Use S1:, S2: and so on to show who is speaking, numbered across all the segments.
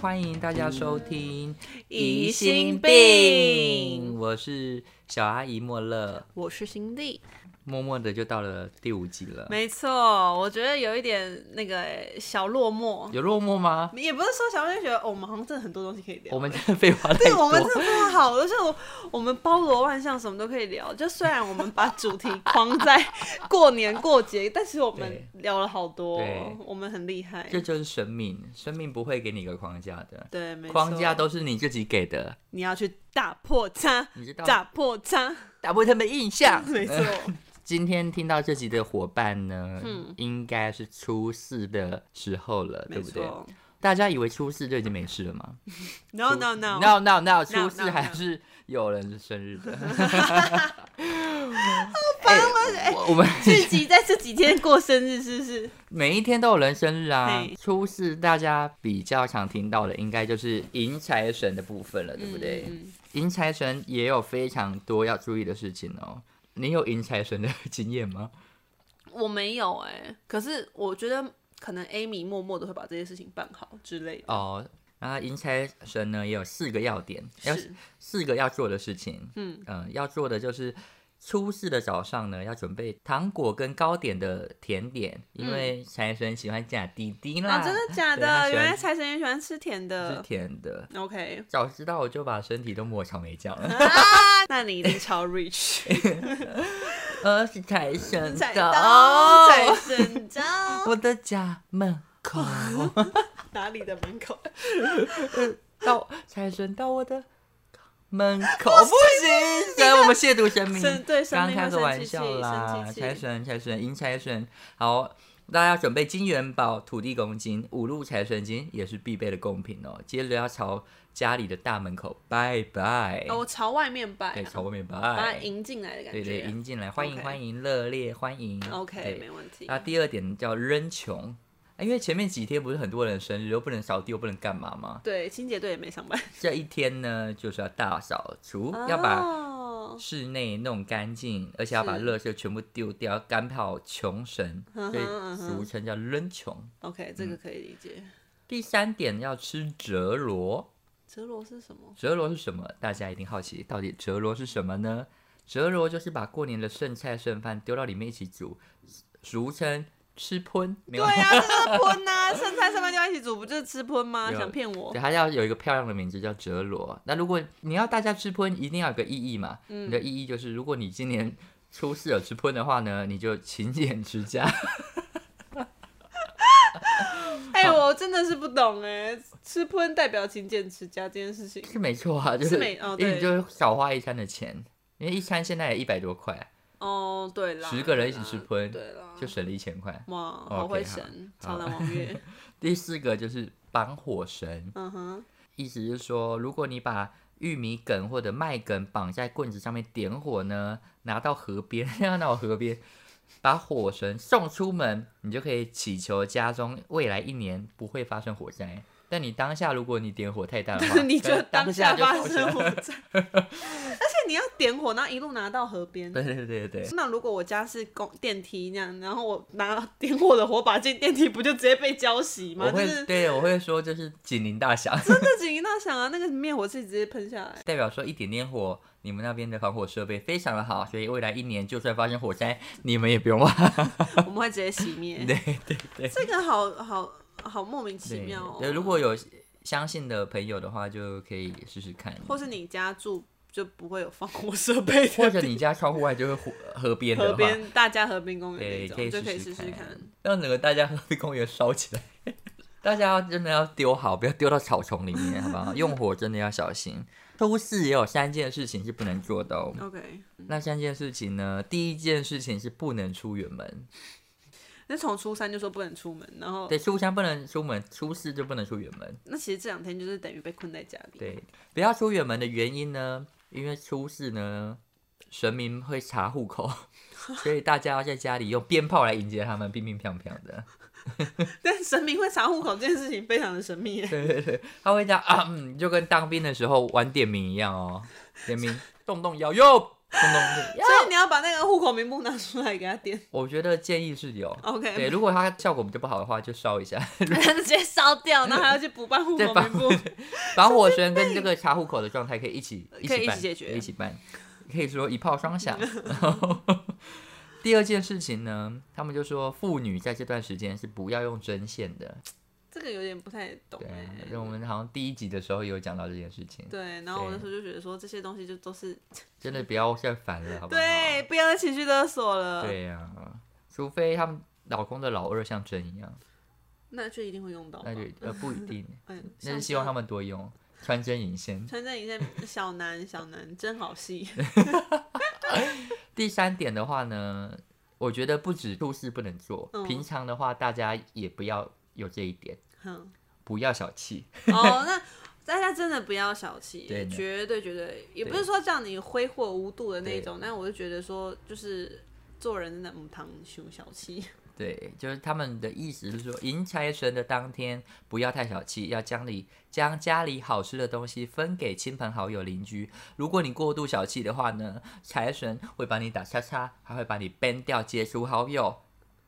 S1: 欢迎大家收听《
S2: 疑心病
S1: 我是小阿姨莫乐，
S2: 我是新弟，
S1: 默默的就到了第五集了，
S2: 没错，我觉得有一点那个欸小落寞，
S1: 有落寞吗？
S2: 也不是说小落寞，就觉得、哦、我们好像真的很多东西可以聊。
S1: 我们真的废话哦太
S2: 对我
S1: 多
S2: 们。真的非常好，就是我我们包罗万象，什么都可以聊。就虽然我们把主题框在过年过节，但是我们聊了好多
S1: 对，
S2: 我们很厉害。
S1: 这就是生命，生命不会给你一个框架的，
S2: 对，没错
S1: 框架都是你自己给的，
S2: 你要去打破它，
S1: 你知道
S2: 打破 它，
S1: 打破他们印象。
S2: 没错，
S1: 今天听到这集的伙伴呢，
S2: 嗯
S1: 应该是初四的时候了，对
S2: 没
S1: 不对？
S2: 错。
S1: 大家以为初四就已经没事了吗？
S2: No no no
S1: no no no，初
S2: no,
S1: 四
S2: no.
S1: 还是有人是生日的。好
S2: 烦
S1: 欸我 们
S2: 自己在这几天过生日是不是？
S1: 每一天都有人生日啊
S2: 嘿。
S1: 初四大家比较常听到的，应该就是迎财神的部分了，对不对？
S2: 嗯嗯
S1: 迎财神也有非常多要注意的事情哦。你有迎财神的经验吗？
S2: 我没有哎、可是我觉得可能 Amy 默默的会把这些事情办好之类的。
S1: 哦，那迎财神呢也有四个要点，要
S2: 是，
S1: 四个要做的事情。
S2: 嗯
S1: 嗯，要做的就是初四的早上呢，要准备糖果跟糕点的甜点，因为财神喜欢假滴滴啦，
S2: 啊，嗯真的假
S1: 对他
S2: 的？
S1: 喜
S2: 原
S1: 欢
S2: 来财神也喜欢吃甜
S1: 是
S2: 的。
S1: 甜的。
S2: OK，
S1: 早知道我就把身体都抹草莓酱了，
S2: 啊那你一定超 rich，
S1: 呃，是财神
S2: 财
S1: 的哦
S2: 刀，财神刀，
S1: 我的家门 口，
S2: 哪里的门口？
S1: 到财神到我的 门口，不行，所以我们亵渎神明，
S2: 生对
S1: 嗯
S2: 生
S1: 刚
S2: 命
S1: 开
S2: 会
S1: 个玩
S2: 生气气，
S1: 笑啦
S2: 生，气
S1: 财
S2: 气。
S1: 神财神迎财神，好，大家准备金元宝、土地公金、五路财神金也是必备的贡品哦。接着要朝家里的大门口拜拜，
S2: 哦，我朝外面摆
S1: 对，
S2: 啊，
S1: 朝外面
S2: 把它
S1: 拜，
S2: 迎进来的感
S1: 对对，
S2: 觉。
S1: 迎进来，欢迎
S2: OK
S1: 欢迎，热烈欢迎。
S2: OK，
S1: 对
S2: 没问题。
S1: 那第二点叫扔穷，哎因为前面几天不是很多人生日，又不能扫地，又不能干嘛吗？
S2: 对，清洁队也没上班，
S1: 这一天呢，就是要大扫除，要把
S2: 哦
S1: 室内弄干净，而且要把
S2: 是
S1: 垃圾全部丢掉，赶跑穷神，
S2: 嗯哼
S1: 所以
S2: 嗯哼
S1: 俗称叫扔穷。
S2: OK，这
S1: 嗯
S2: 个可以理解。
S1: 第三点要吃折螺，
S2: 折罗是什么？
S1: 折螺是什么？大家一定好奇，到底折螺是什么呢？折螺就是把过年的剩菜剩饭丢到里面一起煮，俗称吃喷，没有
S2: 对啊呀、这就是喷呐、剩菜剩饭就要一起煮，不就是吃喷吗？
S1: 有
S2: 想骗我
S1: 对，？它要有一个漂亮的名字叫折罗。那如果你要大家吃喷，一定要有个意义嘛。
S2: 嗯
S1: 你的意义就是，如果你今年出事有吃喷的话呢，你就勤俭持家。
S2: 哎、我真的是不懂哎、吃喷代表勤俭持家这件事情。
S1: 是没错啊，就是
S2: 没哦
S1: 因为你
S2: 对
S1: 就少花一餐的钱，因为一餐现在也一百多块，
S2: 哦，对啦，
S1: 十个人一起吃
S2: 对啦
S1: 喷
S2: 对啦，
S1: 就省了一千块。
S2: 哇，好会神，
S1: 好
S2: 超男 王月，
S1: 第四个就是绑火绳，
S2: 嗯哼，，
S1: 意思是说，如果你把玉米梗或者麦梗绑在棍子上面点火呢，拿到河边， 要拿到河边，把火绳送出门，你就可以祈求家中未来一年不会发生火灾。但你当下如果你点火太大的话
S2: 你就
S1: 当
S2: 下
S1: 就
S2: 发
S1: 烧起来
S2: 生火灾，而且你要点火，然后一路拿到河 边。
S1: 对对对对，
S2: 那如果我家是公电梯那样，然后我拿点火的火把进电梯，不就直接被浇熄吗？
S1: 我
S2: 就
S1: 会
S2: 是
S1: 对我会说就是警铃大响，
S2: 这警一大响啊，那个灭火器直接喷下来。
S1: 代表说一点点火，你们那边的防火设备非常的好，所以未来一年就算发生火灾，你们也不用怕。
S2: 我们会直接熄灭。
S1: 对对对。
S2: 这个好好好莫名其妙哦。
S1: 对，如果有相信的朋友的话，就可以试试看。
S2: 或是你家住就不会有防火设备
S1: 或
S2: 的
S1: 者你家窗户外就是湖河边的
S2: 河
S1: 话，
S2: 边大家河滨公
S1: 对，
S2: 园那
S1: 可
S2: 种，
S1: 以
S2: 就可以
S1: 试
S2: 试
S1: 试
S2: 试
S1: 看
S2: 看。，
S1: 让整个大家河滨公园烧起来。大家要真的要丢好，不要丢到草丛里面，好不 好？用火真的要小心。都市也有三件事情是不能做的哦。
S2: OK，
S1: 那三件事情呢？第一件事情是不能出远门，
S2: 那从初三就说不能出门，然后
S1: 对，初三不能出门，初四就不能出远门。
S2: 那其实这两天就是等于被困在家里。
S1: 对，不要出远门的原因呢，因为出事呢，神明会查户口， 所以大家要在家里用鞭炮来迎接他们，乒乒乓乓的。
S2: 但神明会查户口这件事情非常的神秘耶，
S1: 对对对，他会这样啊，嗯，就跟当兵的时候玩点名一样哦，点名动动摇，右东东。
S2: 所以你要把那个户口名簿拿出来给他 点。
S1: 我觉得建议是有。
S2: OK
S1: 对，如果它效果比较不好的话，就烧一下。
S2: 直接烧掉，然后还要去补办户口名簿，
S1: 把火旋跟这个查户口的状态可以一 起一
S2: 可以
S1: 起
S2: 一
S1: 办，
S2: 起解决
S1: 一起办，可以说一炮双响。 然后第二件事情呢，他们就说妇女在这段时间是不要用针线的。
S2: 这个有点不太懂
S1: 对
S2: 哎、，
S1: 因为我们好像第一集的时候有讲到这件事情，
S2: 对，然后我
S1: 对
S2: 那时候就觉得说这些东西就都是
S1: 真的不要再烦了，好不好？
S2: 对，不要再情绪勒索了。，
S1: 对呀、除非他们老公的老二像针一样，
S2: 那就一定会用到吧。
S1: 那就呃不一 定，
S2: 嗯，
S1: 那是
S2: 像
S1: 希望
S2: 这
S1: 他们多用穿针引线。
S2: 穿针引线，小南小南真好 戏。
S1: 第三点的话呢，我觉得不止入室不能做，
S2: 嗯
S1: 平常的话大家也不要有这一点，
S2: 哼，
S1: 不要小气。
S2: 哦，那大家真的不要小气，
S1: 对呢
S2: 绝对绝对，也
S1: 对
S2: 不是说叫你挥霍无度的那种，但我就觉得说，就是做人真的母汤熊小 气。
S1: 对，就是他们的意思是说，迎财神的当天不要太小气，要将里将家里好吃的东西分给亲朋好友、邻居。如果你过度小气的话呢，财神会把你打叉叉，还会把你 ban 掉、解除好友，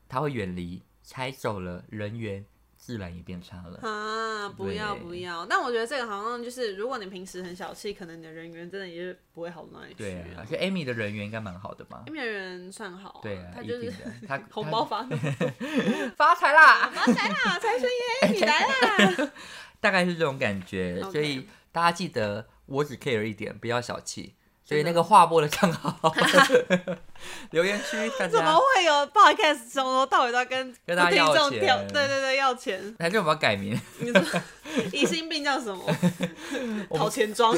S1: 他会远离，拆走了人缘，自然也变差了。
S2: 啊，不要
S1: 对
S2: 不要！但我觉得这个好像就是，如果你平时很小气，可能你的人缘真的也是不会好到哪里去
S1: 对啊，
S2: 啊。
S1: 而且 Amy 的人缘应该蛮好的嘛。
S2: 因为人算好、啊，
S1: 对啊，
S2: 他
S1: 一
S2: 就是
S1: 定的。他
S2: 红包
S1: 他
S2: 发那么
S1: 发财啦！
S2: 多，财啦，财神
S1: 哎
S2: 爷你来啦！
S1: 大概是这种感觉，
S2: OK
S1: 所以大家记得我只 care 一点，不要小气。所以
S2: 真的
S1: 那个划拨的账号， 留言区大
S2: 怎么
S1: 家，
S2: 会有 podcast 从头到尾都要跟
S1: 跟大家
S2: 听
S1: 要
S2: 众
S1: 钱
S2: 跳？对对对，要钱。
S1: 还是我们要改名？
S2: 你说疑心病叫什么？
S1: 我们
S2: 讨钱庄。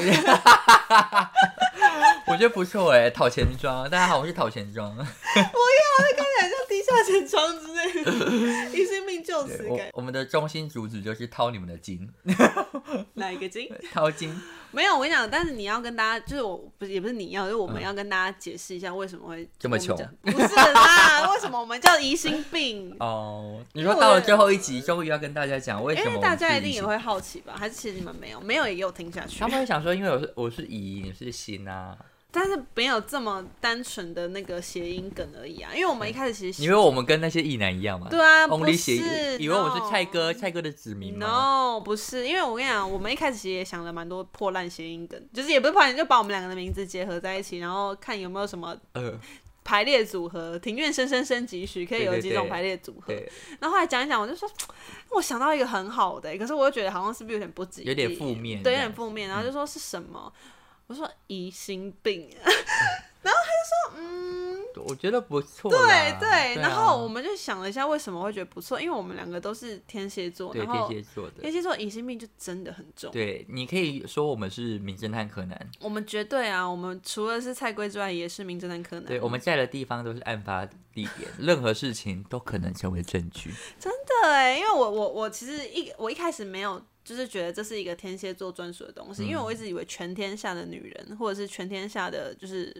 S1: 我觉得不错哎，讨钱庄。大家好，我是讨钱庄。
S2: 看起来像地下钱庄之类 的，疑心病就
S1: 对
S2: 此
S1: 我
S2: 改
S1: 我们的中心主旨就是掏你们的金，
S2: 来一个金。
S1: 掏金。
S2: 没有，我跟你讲，但是你要跟大家，就是我不是也不是你要，就是我们要跟大家解释一下为什么会
S1: 这么
S2: 我们
S1: 穷
S2: 叫不是啦，为什么我们叫疑心病？
S1: 哦，你说到了最后一集，终于要跟大家讲 为什
S2: 因
S1: 么我
S2: 为
S1: 们
S2: 大家
S1: 是
S2: 一定
S1: 异
S2: 也
S1: 性
S2: 会好奇吧？还是其实你们没有，没有也有听下去
S1: 他，们会想说，因为我是我是乙，你是辛啊，
S2: 但是没有这么单纯的那个谐音梗而已啊。因为我们一开始其
S1: 你以
S2: 实
S1: 为我们跟那些异男一样吗？
S2: 对啊，不
S1: ，Only
S2: 是
S1: 写，以为我是蔡
S2: no
S1: 哥，蔡哥的子民吗？
S2: No，不是，因为我跟你讲，我们一开始其实也想了蛮多破烂谐音梗，就是也不是破烂，就把我们两个的名字结合在一起，然后看有没有什么
S1: 呃，
S2: 排列组合。庭院深深深几许，可以有
S1: 对对
S2: 几种
S1: 对
S2: 排列组合。
S1: 对，
S2: 然后后来讲一讲，我就说，嗯我想到一个很好的欸、可是我又觉得好像是不是有点不吉利，
S1: 有点负面
S2: 对，有
S1: 这样
S2: 点负面。然后就说是什么？我说疑心病。
S1: 我觉得不错啦。
S2: 对
S1: 啊
S2: 对，然后我们就想了一下，为什么会觉得不错？因为我们两个都是天蝎座，
S1: 对
S2: 然
S1: 天
S2: 后
S1: 蝎座的
S2: 天，蝎座疑心病就真的很重。
S1: 对，你可以说我们是名侦探柯南，
S2: 我们绝对啊，我们除了是蔡圭之外，也是名侦探柯南。
S1: 对，我们在的地方都是案发地点，任何事情都可能成为证据。
S2: 真的哎，因为我我我其实一我一开始没有。就是觉得这是一个天蝎座专属的东
S1: 嗯
S2: 西，因为我一直以为全天下的女人，或者是全天下的就是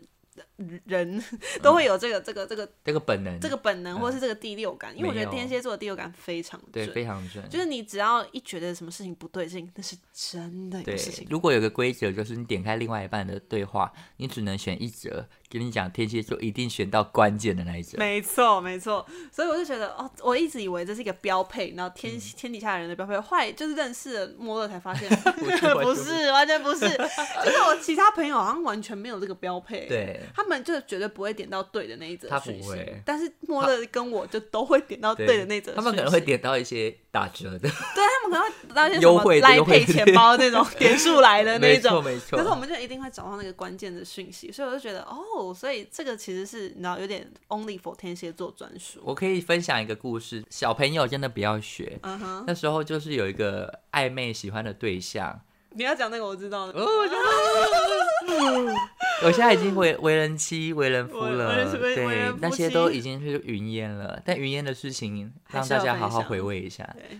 S2: 人
S1: 嗯
S2: 都会有这个这个这个
S1: 这个本能，
S2: 这个本能，或者是这个第六感。因为我觉
S1: 嗯
S2: 得
S1: 没有
S2: 天蝎座的第六感非常
S1: 对
S2: 准，
S1: 非常准。
S2: 就是你只要一觉得什么事情不对劲，那是真的有
S1: 对
S2: 事情，。
S1: 如果有个规则，就是你点开另外一半的对话，你只能选一则。跟你讲，天蝎座一定选到关键的那一则。
S2: 没错，没错，所以我就觉得哦，我一直以为这是一个标配，然
S1: 嗯
S2: 后天、天底下人的标配，后来就是认识了摸了才发 现，不
S1: 是完全不是
S2: 是，完全不是，就是我其他朋友好像完全没有这个标配，
S1: 对，
S2: 他们就绝对不会点到对的那一则
S1: 他不
S2: 讯息
S1: 会，
S2: 但是摸了跟我就都会点到对的那则，
S1: 他们可能会，点到一些打折的，
S2: 对他们可能会得到一些
S1: 优惠的
S2: 来
S1: 优惠
S2: 配
S1: 的
S2: 钱包那种点数来的那
S1: 没
S2: 一种
S1: 错，没错。
S2: 可是我们就一定会找到那个关键的讯息，所以我就觉得哦，所以这个其实是你知道有点 only for 天蝎座专属。
S1: 我可以分享一个故事，小朋友真的不要学。
S2: 嗯哼，
S1: 那时候就是有一个暧昧喜欢的对象，
S2: 你要讲那个我知道的，
S1: 哦，我觉得 我现在已经为为人妻、为人夫
S2: 为
S1: 了，
S2: 为人为为人
S1: 对
S2: 夫，
S1: 那些
S2: 妻
S1: 都已经是云烟了。但云烟的事情
S2: 还
S1: 让
S2: 是
S1: 大
S2: 要
S1: 家
S2: 分
S1: 好好
S2: 享
S1: 回味一下。
S2: 对，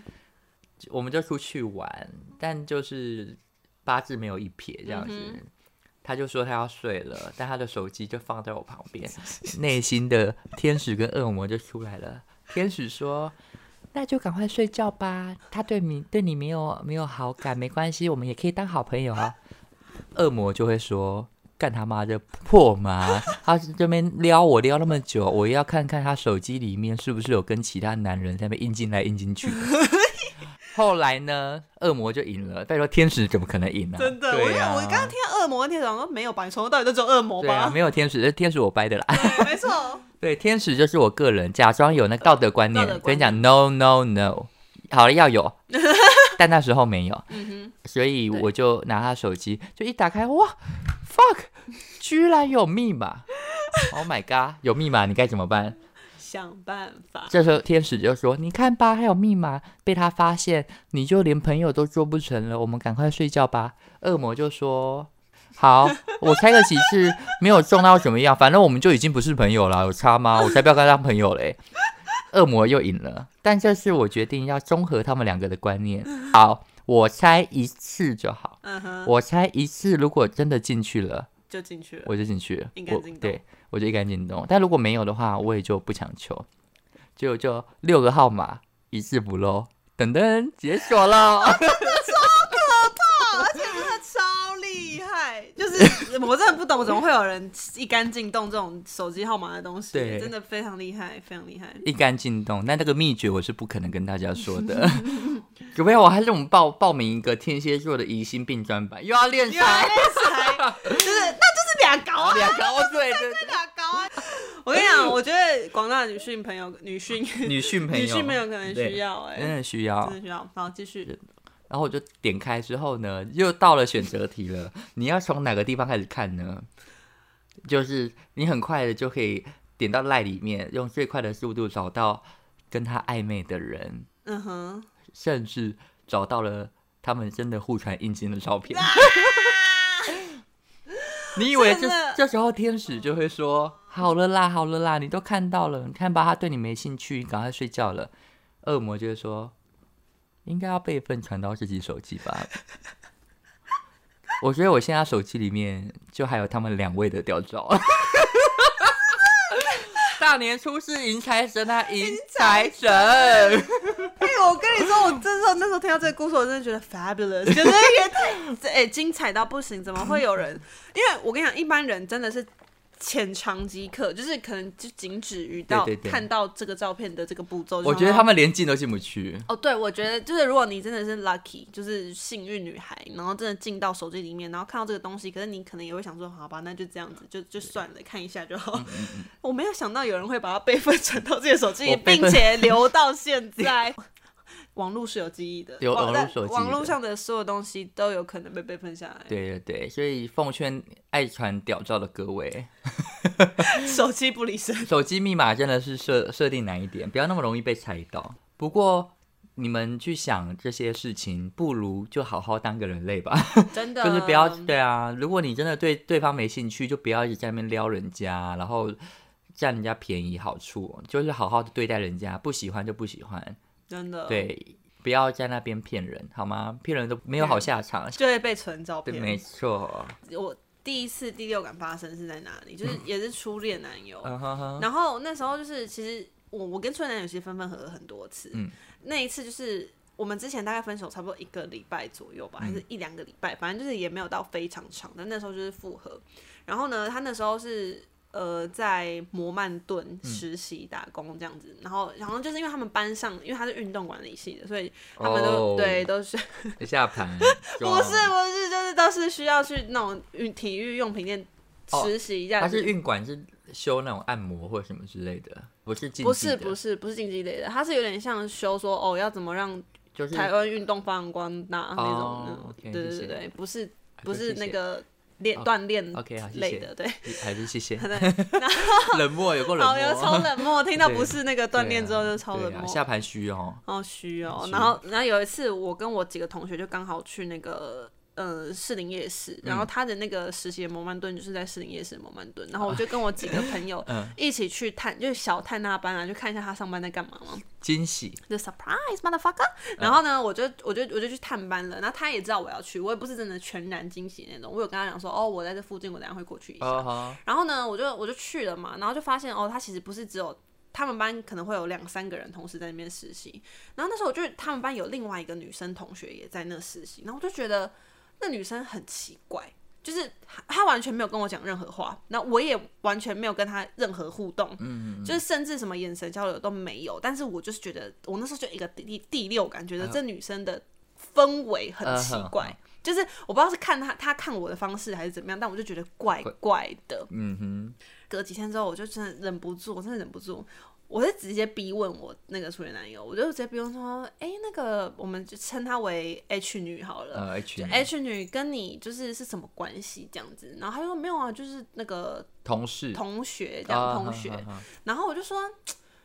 S1: 我们就出去玩，但就是八字没有一撇这样子。
S2: 嗯
S1: 他就说他要睡了，但他的手机就放在我旁边，内心的天使跟恶魔就出来了。天使说：“那就赶快睡觉吧，他对你对你没有没有好感，没关系，我们也可以当好朋友啊。”恶魔就会说：“干他妈的破麻！他这边撩我撩那么久，我要看看他手机里面是不是有跟其他男人在那边印进来印 进去的。后来呢，恶魔就赢了。再说天使怎么可能赢呢、
S2: 真的，我
S1: 对
S2: 因为
S1: 啊，
S2: 我刚刚听到恶魔跟天使，我说哦没有吧，你从头到尾都只有恶魔
S1: 对啊，
S2: 吧？
S1: 没有天使，天使我掰的啦。
S2: 对， 没错，
S1: 对，天使就是我个人假装有那个道德观念，
S2: 道德
S1: 跟
S2: 观
S1: 你
S2: 念
S1: 讲，no no no，好了要有， 但那时候没有，
S2: 嗯
S1: 所以
S2: 对
S1: 我就拿他手机，就一打开，哇，fuck，居然有密码，Oh my god，有密码你该怎么办？
S2: 哼，想办法。
S1: 这时候天使就说：“你看吧，还有密码被他发现，你就连朋友都做不成了。我们赶快睡觉吧。”恶魔就说：“好，我猜个几次没有中到怎么样？反正我们就已经不是朋友了，有差吗？我才不要跟他当朋友嘞。”恶魔又赢了，但这次我决定要综合他们两个的观念。好，我猜一次就好，
S2: 嗯哼，
S1: 我猜一次，如果真的进去了，
S2: 就进去了。
S1: 我就进去了，
S2: 一
S1: 我
S2: 杆进洞
S1: 对我就一杆进洞。但如果没有的话，我也就不强求，就就六个号码一字不漏，噔噔解锁了。
S2: 他超厉害，就是 我真的不懂，怎么会有人一竿进洞这种手机号码的东西？
S1: 对
S2: 真的非常厉害，非常 厉害。
S1: 一杆进洞，但这个秘诀我是不可能跟大家说 的。有没有？还是我们报报名一个天蝎座的疑心病专版，又要练
S2: 原来
S1: 财，
S2: 才就是那就是俩高啊，
S1: 两高对对
S2: 俩高啊！ 我跟你讲，我觉得广大的女性朋友、女性
S1: 对，女性朋友，
S2: 女性朋友可能需要哎、
S1: 对，真的需要
S2: 真。的需要。好，继续。
S1: 然后我就点开之后呢，又到了选择题了。你要从哪个地方开始看呢？就是你很快的就可以点到赖里面，用最快的速度找到跟他暧昧的人，
S2: 嗯哼，
S1: 甚至找到了他们真的互传印经的照片。你以为这
S2: 真的
S1: 这时候天使就会说：“好了啦，好了啦，你都看到了，你看吧，他对你没兴趣，你赶快睡觉了。”恶魔就会说：“应该要备份传到自己手机吧。” 我觉得我现在手机里面就还有他们两位的屌照。大年初四迎财神啊，迎财神！
S2: 哎、我跟你说，我真的那时候听到这个故事，我真的觉 得 fabulous，觉得也太这哎、精彩到不行。怎么会有人？因为我跟你讲，一般人真的是浅尝即可，就是可能就仅止于到
S1: 对对对
S2: 看到这个照片的这个步骤。就
S1: 我觉得
S2: 想
S1: 他
S2: 到
S1: 们连进都进不去。
S2: 哦，对，我觉得就是如果你真的是 lucky，就是幸运女孩，然后真的进到手机里面，然后看到这个东西，可是你可能也会想说，好吧，那就这样子，就就算了，看一下就
S1: 嗯
S2: 好。 我没有想到有人会把它备份传到自己的手机
S1: 我
S2: 里，
S1: 备
S2: 并
S1: 份
S2: 且留 到现在。网络是有记忆的，
S1: 有
S2: 网
S1: 网络是有记忆的
S2: 网络上的所有东西都有可能被备份下来。
S1: 对对对，所以奉劝爱传屌照的各位，
S2: 手机不离身，
S1: 手机密码真的是设设定难一点，不要那么容易被猜到。不过你们去想这些事情，不如就好好当个人类吧，
S2: 真 的
S1: 就是不要对啊。如果你真的对对方没兴趣，就不要一直在那边撩人家，然后占人家便宜好处，就是好好的对待人家，不喜欢就不喜欢，
S2: 真
S1: 嗯
S2: 的，
S1: 对，不要在那边骗人好吗？骗人都没有好下场。
S2: 就会被存照
S1: 对，
S2: 片。
S1: 没错。
S2: 我第一次第六感发生是在哪里？就是也是初恋男友，
S1: 嗯哼哼，
S2: 然后那时候就是，其实我我跟春男友其实分分合合很多次，
S1: 嗯
S2: 那一次就是我们之前大概分手差不多一个礼拜左右吧，还
S1: 嗯
S2: 是一两个礼拜，反正就是也没有到非常长，但那时候就是复合。然后呢，他那时候是呃在摩曼顿
S1: 嗯
S2: 实习打工这样子，然后然后就是因为他们班上，因为他是运动管理系的，所以他们都、
S1: 哦
S2: 对都是
S1: 下盘
S2: 不是不是就是都是需要去那种运体育用品店
S1: 哦
S2: 实习这样
S1: 它
S2: 子。
S1: 是运管是修那种按摩或什么之类的，不是竞
S2: 不
S1: 技的
S2: 是不是不是竞技类的，它是有点像修说哦，要怎么让
S1: 就是
S2: 台湾运动发扬光大那种
S1: 哦
S2: 的，
S1: ，OK，
S2: 对对
S1: 谢谢
S2: 对对，不是
S1: 哎
S2: 不是
S1: 谢谢
S2: 那个练
S1: 哦
S2: 锻炼
S1: OK，好谢谢
S2: 类的， 对，
S1: 还是谢谢， 冷漠有够冷
S2: 好
S1: 漠，
S2: 有超冷漠，听到不是那 个
S1: 对啊
S2: 锻炼之后就超冷
S1: 对啊
S2: 漠。
S1: 下盘虚哦，
S2: 哦，虚哦
S1: 虚，
S2: 然后，然后有一次，我跟我几个同学就刚好去那个呃士林夜市，然后他的那个实习的摩曼顿就是在士林夜市的摩曼顿，然后我就跟我几个朋友
S1: 嗯
S2: 一起去探，就是小探那班啊，就看一下他上班在干嘛嘛。
S1: 惊喜
S2: 就 surprise motherfucker。然后呢，我就我就我就去探班了。然后他也知道我要去，我也不是真的全然惊喜那种。我有跟他讲说，哦，我在这附近，我等一下会过去一下。
S1: 哦哈，
S2: 然后呢，我就我就去了嘛，然后就发现哦，他其实不是只有他们班可能会有两三个人同时在那边实习，然后那时候我就他们班有另外一个女生同学也在那实习，然后我就觉得那女生很奇怪，就是他他完全没有跟我讲任何话，那我也完全没有跟他任何互动，
S1: 嗯，
S2: 就是甚至什么眼神交流都没有。但是我就是觉得，我那时候就有一个第第六感，觉得这女生的氛围很
S1: 嗯
S2: 奇
S1: 哼
S2: 怪。就是我不知道是看他他看我的方式还是怎么样，但我就觉得怪怪的。
S1: 嗯哼，
S2: 隔几天之后，我就真的忍不住，我真的忍不住，我是直接逼问我那个初恋男友，我就直接逼问说：“哎、那个我们就称她为 H 女好了。
S1: 呃，H
S2: 就 H 女跟你就是是什么关系这样子，然后他就说没有啊，就是那个
S1: 同事
S2: 同学这样
S1: 啊
S2: 同
S1: 哈
S2: 学，
S1: 哈哈
S2: 然后我就说，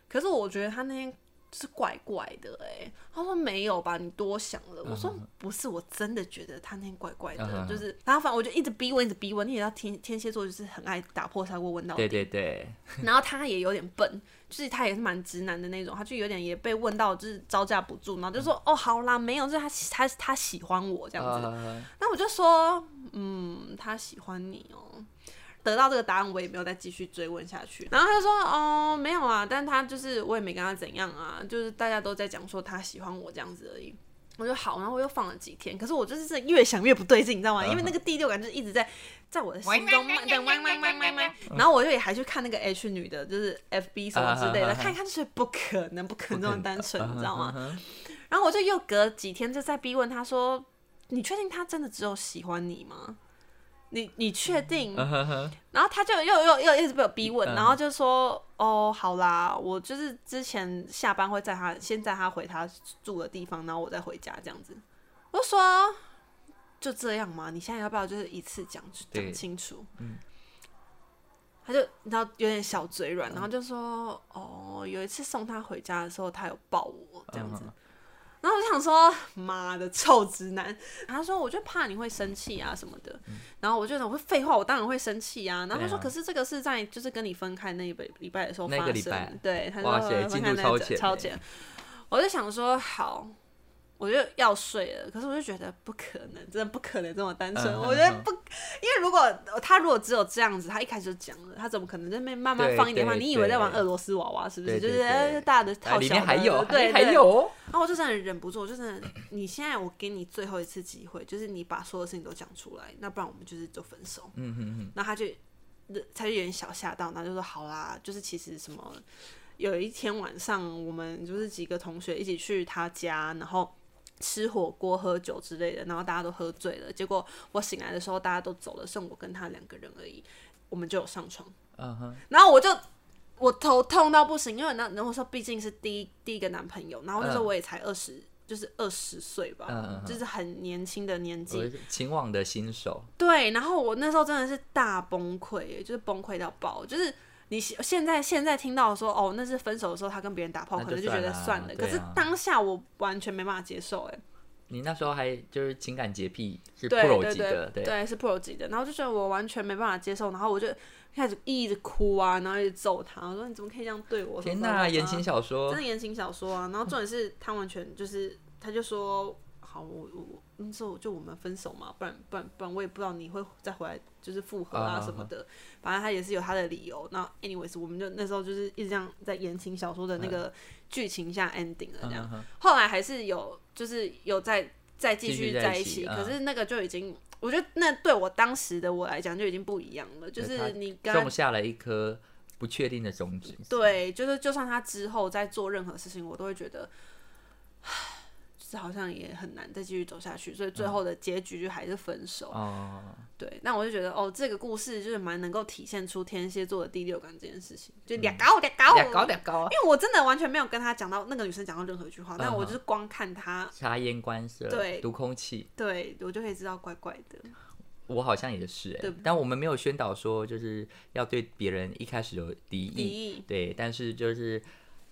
S2: 可是我觉得他那天就是怪怪的哎、他说没有吧，你多想了。我说不是，我真的觉得他那天怪怪的，
S1: 嗯哼
S2: 就是然后反正我就一直逼问，一直逼问，你也知道天天蝎座就是很爱打破砂锅问到底，
S1: 对对对，
S2: 然后他也有点笨，就是他也是蛮直男的那种，他就有点也被问到就是招架不住，然后就说、哦好啦，没有，就是他喜他他喜欢我这样子，
S1: 呃，
S2: 那我就说，嗯，他喜欢你哦。得到这个答案，我也没有再继续追问下去。然后他就说，哦，没有啊，但他就是我也没跟他怎样啊，就是大家都在讲说他喜欢我这样子而已。我就好，然后我又放了几天，可是我就是真的越想越不对劲，你知道吗？因为那个第六感就是一直在在我的心中慢慢慢慢慢慢慢。然后我就也还去看那个 H 女的，就是 FB 什么之类
S1: 啊啊啊啊
S2: 的，看一看就觉得不可能，不可能这么单纯，你知道吗？
S1: 嗯哼？
S2: 然后我就又隔几天就再逼问他说：“你确定他真的只有喜欢你吗？你你确定？”
S1: 嗯哼哼
S2: 然后他就又又又一直被我逼问，
S1: 嗯
S2: 然后就说：“哦，好啦，我就是之前下班会载他，先载他回他住的地方，然后我再回家这样子。”我就说：“就这样吗？你现在要不要就是一次讲讲
S1: 对
S2: 清楚？”
S1: 嗯
S2: 他就你知道有点小
S1: 嗯
S2: 嘴软，然后就说：“哦，有一次送他回家的时候，他有抱我这样子。
S1: 嗯
S2: 然后我就想说，妈的臭直男！然后他说，我就怕你会生气啊什么的。然后我就想，我说废话，我当然会生气啊。然后他
S1: 嗯对
S2: 说，
S1: 啊
S2: 可是这个是在就是跟你分开那一个礼拜的时候发
S1: 那
S2: 生，
S1: 个礼拜
S2: 对，他
S1: 哇
S2: 说
S1: 塞
S2: 分开
S1: 进
S2: 那
S1: 度
S2: 个
S1: 超前
S2: 超
S1: 欸
S2: 前。我就想说，好，我就要睡了。可是我就觉得不可能，真的不可能这么单纯。
S1: 嗯嗯
S2: 我觉得不，因为如果他如果只有这样子，他一开始就讲了，他怎么可能在那边慢慢
S1: 对
S2: 放一点
S1: 对
S2: 放？你以为在玩
S1: 对
S2: 俄罗斯娃娃是不是？
S1: 对对
S2: 就是哎
S1: 对
S2: 大的
S1: 哎
S2: 套
S1: 里
S2: 小
S1: 面
S2: 的，
S1: 还有，里
S2: 对
S1: 面还
S2: 对
S1: 有哦，
S2: 然啊后我就真的忍不住，我就真的，你现在我给你最后一次机会，就是你把所有事情都讲出来，那不然我们就是就分手。
S1: 嗯哼哼，
S2: 然后他就，他就有点小吓到，然后就说好啦，就是其实什么，有一天晚上我们就是几个同学一起去他家，然后。吃火锅、喝酒之类的，然后大家都喝醉了。结果我醒来的时候，大家都走了，剩我跟他两个人而已。我们就有上床，
S1: 嗯哼，
S2: 然后我就我头痛到不行，因为那然后说毕竟是第一第一个男朋友，然后那时候
S1: 嗯
S2: 我也才二十、就是二十岁吧，
S1: 嗯嗯嗯
S2: 就是很年轻的年纪。
S1: 我是情网的新手，
S2: 对，然后我那时候真的是大崩溃，就是崩溃到爆，就是。你现现在现在听到说哦，那是分手的时候他跟别人打炮，
S1: 那
S2: 可
S1: 就
S2: 能就觉得
S1: 算
S2: 算
S1: 了
S2: 了。
S1: 啊
S2: 可是
S1: 对啊
S2: 当下我完全没办法接受，哎，
S1: 你那时候还就是情感洁癖是
S2: 对
S1: pro
S2: 对
S1: 级的，
S2: 对，是 pro 级的。然后就觉得我完全没办法接受，然后我就开始一直哭啊，然后一直揍他，我说你怎么可以这样对我？
S1: 天
S2: 哪，
S1: 呐，言情小说
S2: 真的，言情小说啊。然后重点是他完全就是，他就说好，我我那时候就我们分手嘛，不然不然不然我也不知道你会再回来就是复合啊
S1: 啊
S2: 什么的。反正他也是有他的理由。那 anyways，我们就那时候就是一直这样在言情小说的那个剧情下 ending 了这样。
S1: 嗯哼
S2: 后来还是有就是有再再继
S1: 继
S2: 续
S1: 续在
S2: 在
S1: 一
S2: 一
S1: 起
S2: 起，
S1: 嗯
S2: 可是那个就已经。我觉得那对我当时的我来讲就已经不一样了，就
S1: 对
S2: 是
S1: 他
S2: 你跟他
S1: 种下了一颗不确定的种子，
S2: 对，就是就算他之后再做任何事情，我都会觉得，就是好像也很难再继续走下去，所以
S1: 嗯
S2: 最后的结局就还是分手。
S1: 哦，
S2: 对，那我就觉得哦，这个故事就是蛮能够体现出天蝎座的第六感这件事情，就俩高俩高
S1: 嗯俩高俩高啊，
S2: 因为我真的完全没有跟他讲到那个女生讲到任何一句话，但我
S1: 嗯哼
S2: 就是光看他，
S1: 察言观色，
S2: 对
S1: 读空气，
S2: 对我就可以知道怪怪的。
S1: 我好像也是、欸
S2: 对，
S1: 但我们没有宣导说就是要对别人一开始有敌
S2: 第
S1: 意，
S2: 一，
S1: 对，但是就是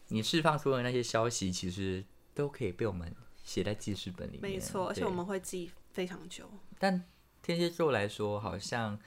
S1: 你释放出的那些消息，其实都可以被我们写在记事本里面，
S2: 没错，而且
S1: 对
S2: 我们会记非常久。
S1: 但天蝎座来说，好像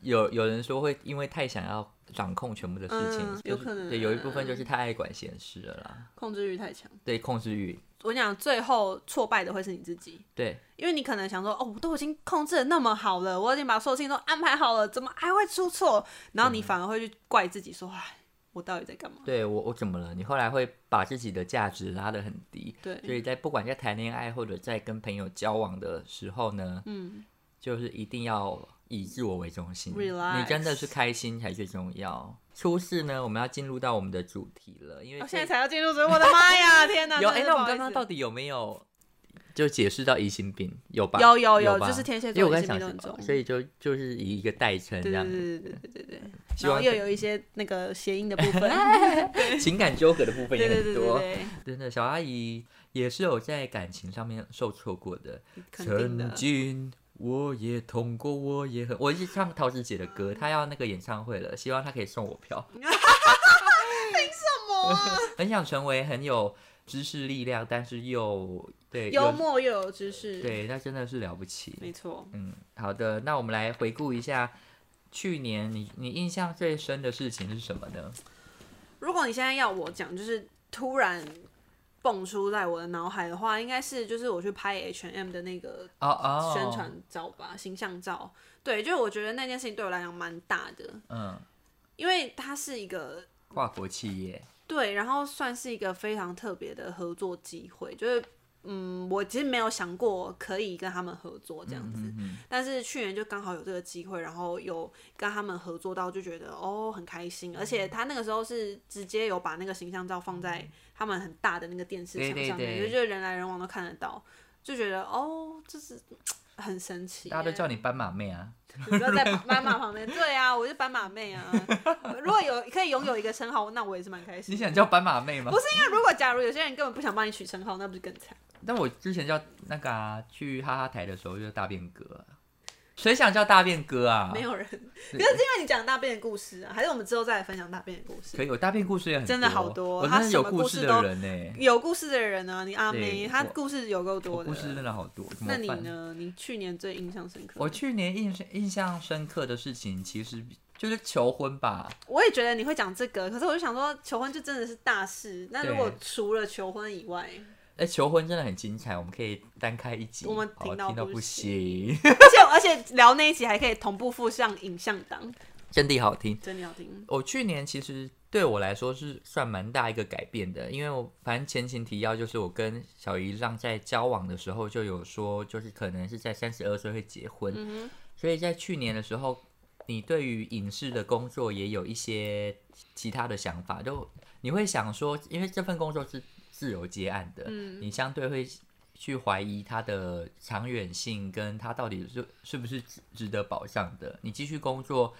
S1: 有有人说会因为太想要掌控全部的事情，
S2: 嗯
S1: 就是
S2: 有可能
S1: 对，有一部分就是太爱管闲事了啦，
S2: 控制欲太强，
S1: 对，控制欲，
S2: 我跟你讲最后挫败的会是你自己。
S1: 对，
S2: 因为你可能想说，哦，我都已经控制的那么好了，我已经把所有事情都安排好了，怎么还会出错？
S1: 嗯
S2: 然后你反而会去怪自己说，哎，我到底在干嘛？
S1: 对我我怎么了？你后来会把自己的价值拉得很低，所
S2: 对，
S1: 以在不管在谈恋爱或者在跟朋友交往的时候呢，
S2: 嗯，
S1: 就是一定要以自我为中心
S2: Relax
S1: 你真的是开心才最重要。初四呢，我们要进入到我们的主题了，因为
S2: 我
S1: 这
S2: 哦现在才要进入，所以我的妈呀，天哪！
S1: 有哎、
S2: 哎，
S1: 那我们刚刚到
S2: 底
S1: 底有没有就解释到疑心病？有吧？
S2: 有
S1: 有
S2: 有有，
S1: 吧
S2: 就是天蝎
S1: 因为我
S2: 座
S1: 刚
S2: 疑心
S1: 想什
S2: 病都很
S1: 么
S2: 重，，
S1: 所以就就是以一个代称这
S2: 对对
S1: 样子，
S2: 对对对对对对，
S1: 希
S2: 然后
S1: 望
S2: 又有一些那个谐音 的部分，
S1: 情感纠葛的部分
S2: 对
S1: 也
S2: 对
S1: 很
S2: 对对
S1: 多。
S2: 对，
S1: 真的，小阿姨也是有在感情上面受挫过的。
S2: 肯定的
S1: 曾。经我也痛过，我也很，我一直唱陶子姐的歌，她要那个演唱会了，希望她可以送我 票。凭什么？ 很想成为很有知识力量，但是又对
S2: 幽
S1: 有
S2: 默又有知识，，
S1: 对，那真的是了不起。
S2: 没错。
S1: 嗯，好的，那我们来回顾一下去年你你印象最深的事情是什么呢？
S2: 如果你现在要我讲，就是突然蹦出在我的脑海的话，应该是就是我去拍 H&M 的那个
S1: 哦哦，
S2: 宣传，照吧形象照。对，就是我觉得那件事情对我来讲蛮大的，
S1: 嗯，
S2: 因为它是一个
S1: 跨国企业，
S2: 对，然后算是一个非常特别的合作机会，就是。嗯，我其实没有想过可以跟他们合作这样子，
S1: 嗯嗯
S2: 但是去年就刚好有这个机会，然后有跟他们合作到，就觉得哦很开心。
S1: 嗯
S2: 而且他那个时候是直接有把那个形象照放在他们很大的那个电视
S1: 对
S2: 墙
S1: 对
S2: 上面，
S1: 对
S2: 就觉得人来人往都看得到，就觉得哦，这是很神奇耶。
S1: 大家都叫你斑马妹啊。
S2: 你不要在斑 马旁边，对啊，我是斑马妹啊。如果有可以拥有一个称号，那我也是蛮开
S1: 你
S2: 心。
S1: 想叫斑马妹吗？
S2: 不是因为如果假如有些人根本不想帮你取称号，那不是更惨？
S1: 但我之前叫那个、啊、去哈哈台的时候就是大便哥啊、谁想叫大便哥啊？
S2: 没有 人，可是因为你讲大便的故事啊，还是我们之后再来分享大便的故事
S1: 可。以，我大便故事也很
S2: 真的好多
S1: 我
S2: 他
S1: 真的
S2: 什
S1: 有
S2: 么
S1: 故
S2: 故
S1: 事
S2: 事
S1: 的
S2: 都
S1: 人呢、
S2: 有故事的人呢、你阿
S1: 对
S2: 妹，她
S1: 我
S2: 故事有够
S1: 我
S2: 多的
S1: 故。事真的好多。怎么
S2: 那你
S1: 办？
S2: 呢？你去年最印象深刻的？
S1: 我去年印象印象深刻的事情，其实就是求婚吧。
S2: 我也觉得你会讲这个，可是我就想说，求婚就真的是大事。那
S1: 对
S2: 如果除了求婚以外，
S1: 哎、求婚真的很精彩，我们可以单开一集，
S2: 我们
S1: 好
S2: 听到
S1: 听到
S2: 不
S1: 不行，
S2: 而且而且聊那一集还可以同步附上影像档，
S1: 真的好听。
S2: 真的要听。
S1: 我去年其实对我来说是算蛮大一个改变的，因为我反正前情提要就是我跟小姨浪在交往的时候就有说，就是可能是在三十二岁会结婚，
S2: 嗯
S1: 所以在去年的时候，你对于影视的工作也有一些其他的想法，就你会想说，因为这份工作是自由接案的，
S2: 嗯
S1: 你相对会去怀疑它的长远性，跟它到底是是不是值值得保障的。你继续工作，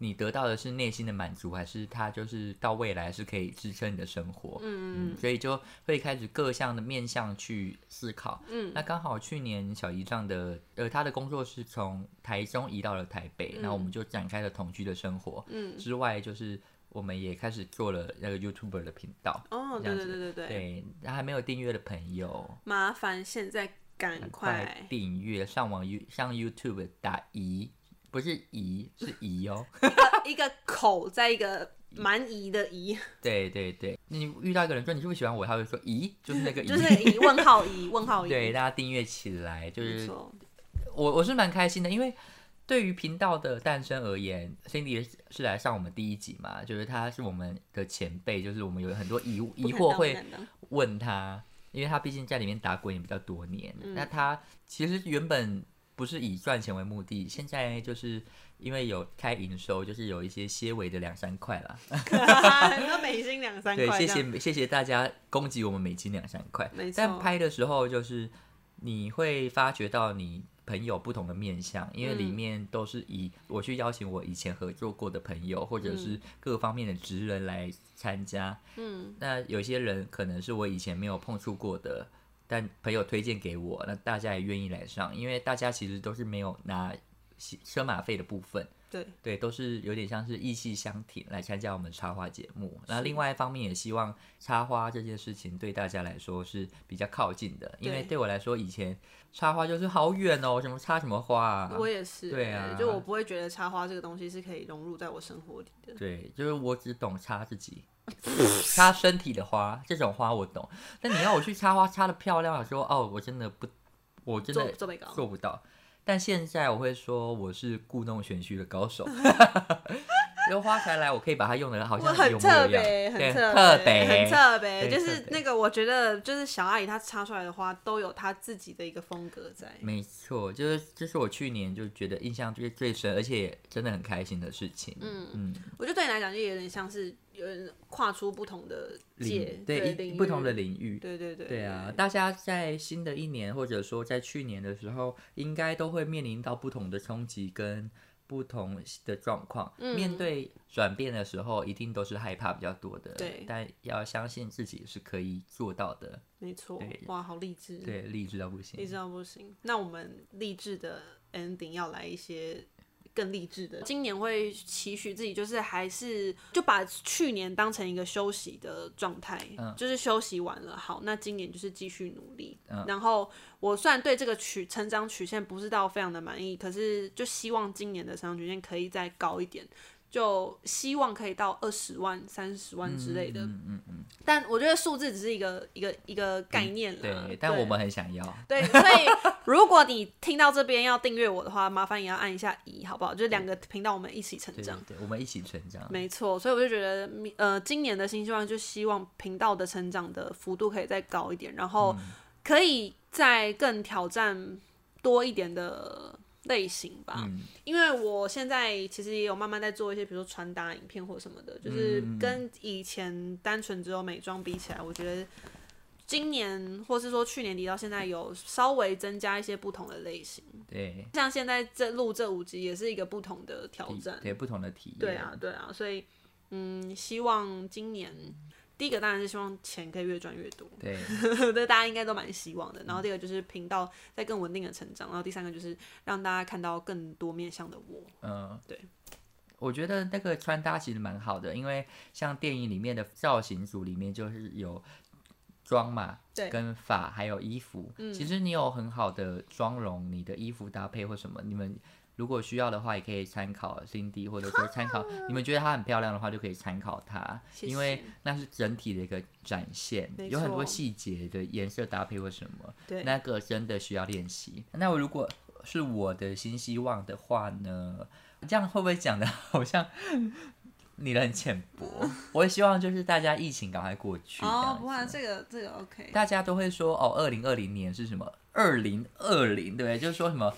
S1: 你得到的是内心的满足，还是它就是到未来是可以支撑你的生活？
S2: 嗯
S1: 所以就会开始各项的面向去思考。
S2: 嗯
S1: 那刚好去年小姨丈的呃，他的工作是从台中移到了台北，
S2: 嗯
S1: 那、我们就展开了同居的生活。
S2: 嗯，
S1: 之外，就是我们也开始做了那个 YouTuber 的频道，
S2: 哦，
S1: 这
S2: 对
S1: 样
S2: 对
S1: 子
S2: 对对对，
S1: 对，那还没有订阅的朋友，
S2: 麻烦现在赶快
S1: 快订阅，上网 You 上 YouTube 打姨，不是姨是姨哦。
S2: 一个口在一
S1: 嗯
S2: 个蛮夷的 夷，
S1: 对对对，你遇到一个人说你是不是喜欢我，他会说咦，就是那个姨。
S2: 就是那个夷问号夷问号夷，
S1: 对，大家订阅起来，就
S2: 没
S1: 是
S2: 错，
S1: 我我是蛮开心的，因为对于频道的诞生而言，Cindy 是是来上我们第一集嘛，就是他是我们的前辈，就是我们有很多疑
S2: 不
S1: 疑惑
S2: 敢当不
S1: 会
S2: 敢当
S1: 问他，因为他毕竟在里面打滚也比较多年。
S2: 嗯
S1: 那他其实原本不是以赚钱为目的，现在就是因为有开营收，就是有一些些微的两三块啦。
S2: 要美金两三
S1: 对，
S2: 块，
S1: 谢。谢谢谢大家供给我们美金两三块
S2: 没。
S1: 但
S2: 错
S1: 拍的时候就是你会发觉到你朋友不同的面相，因为里
S2: 嗯
S1: 面都是以我去邀请我以前合作过的朋友，或者是各方面的职人来参加。
S2: 嗯，
S1: 那有些人可能是我以前没有碰触过的。但朋友推荐给我，那大家也愿意来上，因为大家其实都是没有拿车马费的部分，
S2: 对，
S1: 对，都是有点像是意气相挺来参加我们插花节目。那另外一方面也希望插花这件事情对大家来说是比较靠近的，因为
S2: 对
S1: 对我来说以前插花就是好远哦，什么插什么花啊。
S2: 我也是欸，
S1: 对啊
S2: 就我不会觉得插花这个东西是可以融入在我生活里的。
S1: 对， 就是我只懂插自己， 插身体的花，这种花我懂。但你要我去插花插的漂亮，我说哦，我真的不，我真
S2: 做
S1: 的
S2: 做被告，
S1: 做 不到。但现在我会说我是故弄玄虚的高手，由花材来，我可以把它用的好
S2: 我
S1: 像
S2: 很
S1: 有
S2: 特
S1: 模有样对
S2: 别，很特
S1: 特
S2: 别，
S1: 别
S2: 很特别。
S1: 对
S2: 就
S1: 特
S2: 是
S1: 别
S2: 那个，我觉得就是小阿姨她插出来的花都有她自己的一个风格在。
S1: 没错，就是这是我去年就觉得印象最最深，而且也真的很开心的事情。嗯嗯，
S2: 我觉得对你来讲就有点像是有人跨出不同的界
S1: 领，对
S2: 领
S1: 一
S2: 域
S1: 不同的，领域。
S2: 对对对，
S1: 对啊，大家在新的一年或者说在去年的时候，应该都会面临到不同的冲击跟不同的状况。
S2: 嗯
S1: 面对转变的时候，一定都是害怕比较多的。
S2: 对
S1: 但要相信自己是可以做到的。
S2: 没错
S1: 对，
S2: 哇，好励志，
S1: 对，励志到不行
S2: 励。嗯志到不行。那我们励志的 ending 要来一些更励志的。今年会期许自己，就是还是就把去年当成一个休息的状态，
S1: 嗯
S2: 就是休息完了，好，那今年就是继续努力。
S1: 嗯
S2: 然后我虽然对这个曲成长曲线不是到非常的满意，可是就希望今年的成长曲线可以再高一点。就希望可以到二十万、三十万之类的，
S1: 嗯嗯嗯，
S2: 但我觉得数字只是一个一个一个概念了。
S1: 对，但我们很想要。
S2: 对，所以如果你听到这边要订阅我的话，麻烦也要按一下一，好不好？就是两个频道我们一起成
S1: 对对
S2: 长。
S1: 对，我们一起成长。
S2: 没错，所以我就觉得，呃，今年的新希望就希望频道的成长的幅度可以再高一点，然后
S1: 嗯
S2: 可以再更挑战多一点的类型吧。
S1: 嗯
S2: 因为我现在其实也有慢慢在做一些，比如说穿搭影片或什么的，就是
S1: 嗯嗯嗯
S2: 跟以前单纯只有美妆比起来，我觉得今年或是说去年底到现在有稍微增加一些不同的类型，
S1: 对，
S2: 像现在这录这五集也是一个不同的 挑
S1: 体
S2: 战。
S1: 对不同的体验。
S2: 对啊，，对啊，所以嗯，希望今年第一个当然是希望钱可以越赚越多，
S1: 对，
S2: 对，大家应该都蛮希望的。
S1: 嗯
S2: 然后第二个就是频道在更稳定的成长，然后第三个就是让大家看到更多面向的我。
S1: 嗯，
S2: 对。
S1: 我觉得那个穿搭其实蛮好的，因为像电影里面的造型组里面就是有妆嘛，
S2: 对
S1: 跟发还有衣服。
S2: 嗯
S1: 其实你有很好的妆容，你的衣服搭配或什么，你们如果需要的话，也可以参考 Cindy，或者说参考你们觉得她很漂亮的话，就可以参考她，
S2: 啊谢
S1: 因为那是整体的一个展现，
S2: 没
S1: 有很多
S2: 错
S1: 细节的颜色搭配或什么。
S2: 对，
S1: 那个真的需要练习。那我如果是我的新希望的话呢，这样会不会讲的 好像你的很浅 薄？我也希望就是大家疫情赶快过去，
S2: 哦，不
S1: 这
S2: 啊，
S1: 样子。
S2: 这个这个 OK，
S1: 大家都会说哦，二零二零年是什么？二零二零，对不对？就是说什么，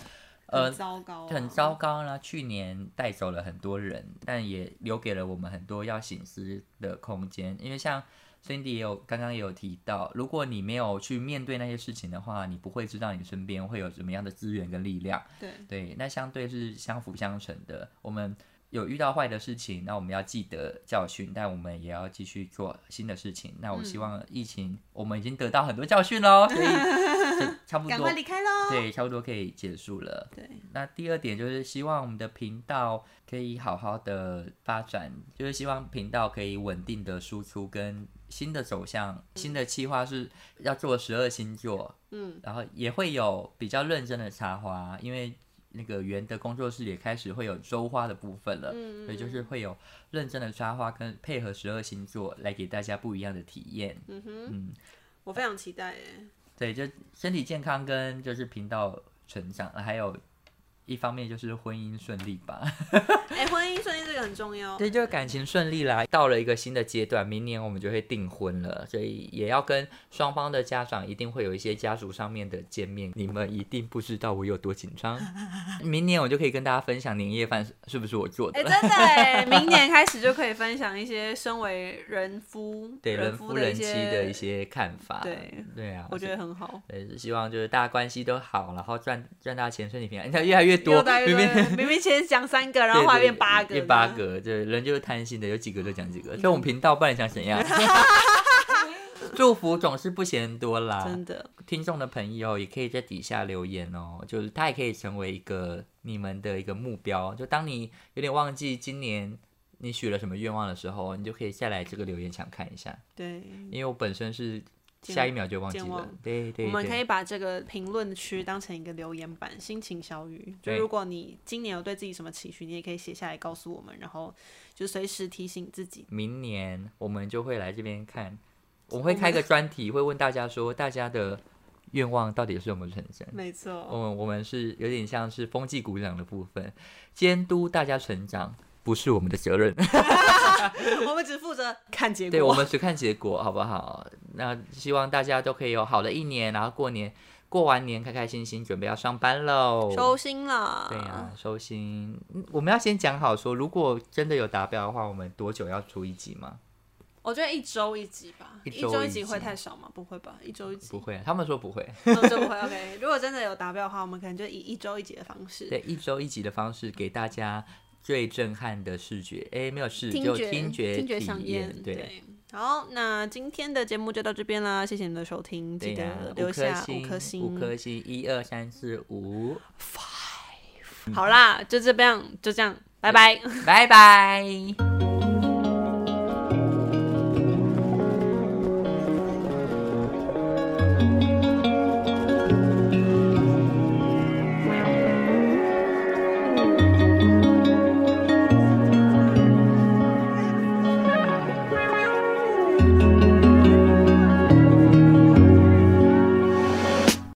S1: 呃
S2: 很，糟糕、啊
S1: 很，糟糕啦。去年带走了很多人，但也留给了我们很多要醒思的空间。因为像 Cindy 也有刚刚也有提到，如果你没有去面对那些事情的话，你不会知道你身边会有什么样的资源跟力量。
S2: 对，
S1: 对，那相对是相辅相成的。我们有遇到坏的事情，那我们要记得教训，但我们也要继续做新的事情。那我
S2: 嗯
S1: 希望疫情，我们已经得到很多教训喽，所以 就差不
S2: 赶
S1: 多
S2: 快。离开喽。
S1: 对，差不多可以结束了。
S2: 哦对，
S1: 那第二点就是希望我们的频道可以好好的发展，就是希望频道可以稳定的输出跟新的走向。新的计划是要做十二星座，
S2: 嗯，
S1: 然后也会有比较认真的插花，因为那个圆的工作室也开始会有周花的部分了，
S2: 嗯
S1: 所以就是会有认真的插花跟配合十二星座来给大家不一样的体验。
S2: 嗯哼，
S1: 嗯，
S2: 我非常期待哎，
S1: 对，就身体健康跟就是频道成长，还有一方面就是婚姻顺利吧。
S2: 哎，婚姻顺利这个很重要。
S1: 对，就是感情顺利啦，到了一个新的阶段，明年我们就会订婚了，所以也要跟双方的家长一定会有一些家族上面的见面，你们一定不知道我有多紧张。 明年我就可以跟大家分享年夜饭是是不是我做的
S2: 哎，
S1: 了。
S2: 真的哎，明年开始就可以分享一些身为人夫、
S1: 对人
S2: 夫
S1: 夫人
S2: 一
S1: 妻
S2: 些
S1: 的一，些看法，
S2: 对
S1: 对啊，
S2: 我觉得很好。
S1: 对，是希望就是大家关系都好，然后赚赚大钱，身体平安，你看越来越多，
S2: 又来
S1: 明明
S2: 越多明明先讲三个，然后
S1: 对
S2: 后来
S1: 对
S2: 变八个，
S1: 变八。个，对，人就是贪心的，有几个就讲几
S2: 嗯
S1: 个。这种频道，不然你想怎 样？祝福总是不嫌多啦
S2: 真。的，
S1: 听众的朋友也可以在底下留言哦，就是他也可以成为一个你们的一个目标。就当你有点忘记今年你许了什么愿望的时候，你就可以下来这个留言墙看一下，
S2: 对，
S1: 因为我本身是
S2: 健
S1: 下一秒就忘记
S2: 嗯健
S1: 了
S2: 忘。
S1: 对对
S2: 我们可
S1: 对，
S2: 以把这个评论区当成一个留言板，心情小语。就
S1: 对
S2: 如果你今年有对自己什么期许，你也可以写下来告诉我们，然后就随时提醒自己。
S1: 明年我们就会来这边看，我们会开个专题，会问大家说大家的愿望到底是有没有成真。
S2: 没
S1: 哦
S2: 错，
S1: 我们我们是有点像是风纪鼓掌的部分，监督大家成长。不是我们的责任，
S2: 我们只负责看结果。
S1: 对我们只看结果，好不好？那希望大家都可以有好的一年，然后过年过完年开开心心，准备要上班喽。
S2: 收心了。
S1: 对呀、啊收心。嗯我们要先讲好说，如果真的有达标的话，我们多久要出一集吗？
S2: 我觉得一周一集吧，
S1: 一
S2: 一
S1: 周
S2: 周
S1: 一
S2: 集
S1: 集
S2: 会太少吗？不会吧，一周一集
S1: 不会，他们说不会。
S2: 哦这不会 OK。如果真的有达标的话，我们可能就以一周一集的方式。
S1: 对，一周一集的方式给大家最震撼的视觉，哎，没有视，
S2: 听
S1: 就
S2: 觉
S1: 听觉
S2: 听觉
S1: 体
S2: 上
S1: 验。
S2: 对。好，那今天的节目就到这边啦，谢谢你的收听，
S1: 对
S2: 记
S1: 呀、
S2: 得
S1: 五
S2: 留
S1: 颗
S2: 下
S1: 星，
S2: 颗
S1: 五
S2: 星。
S1: 颗星，一二三四五，
S2: 好啦，就这样，就这样，拜拜。
S1: 拜拜。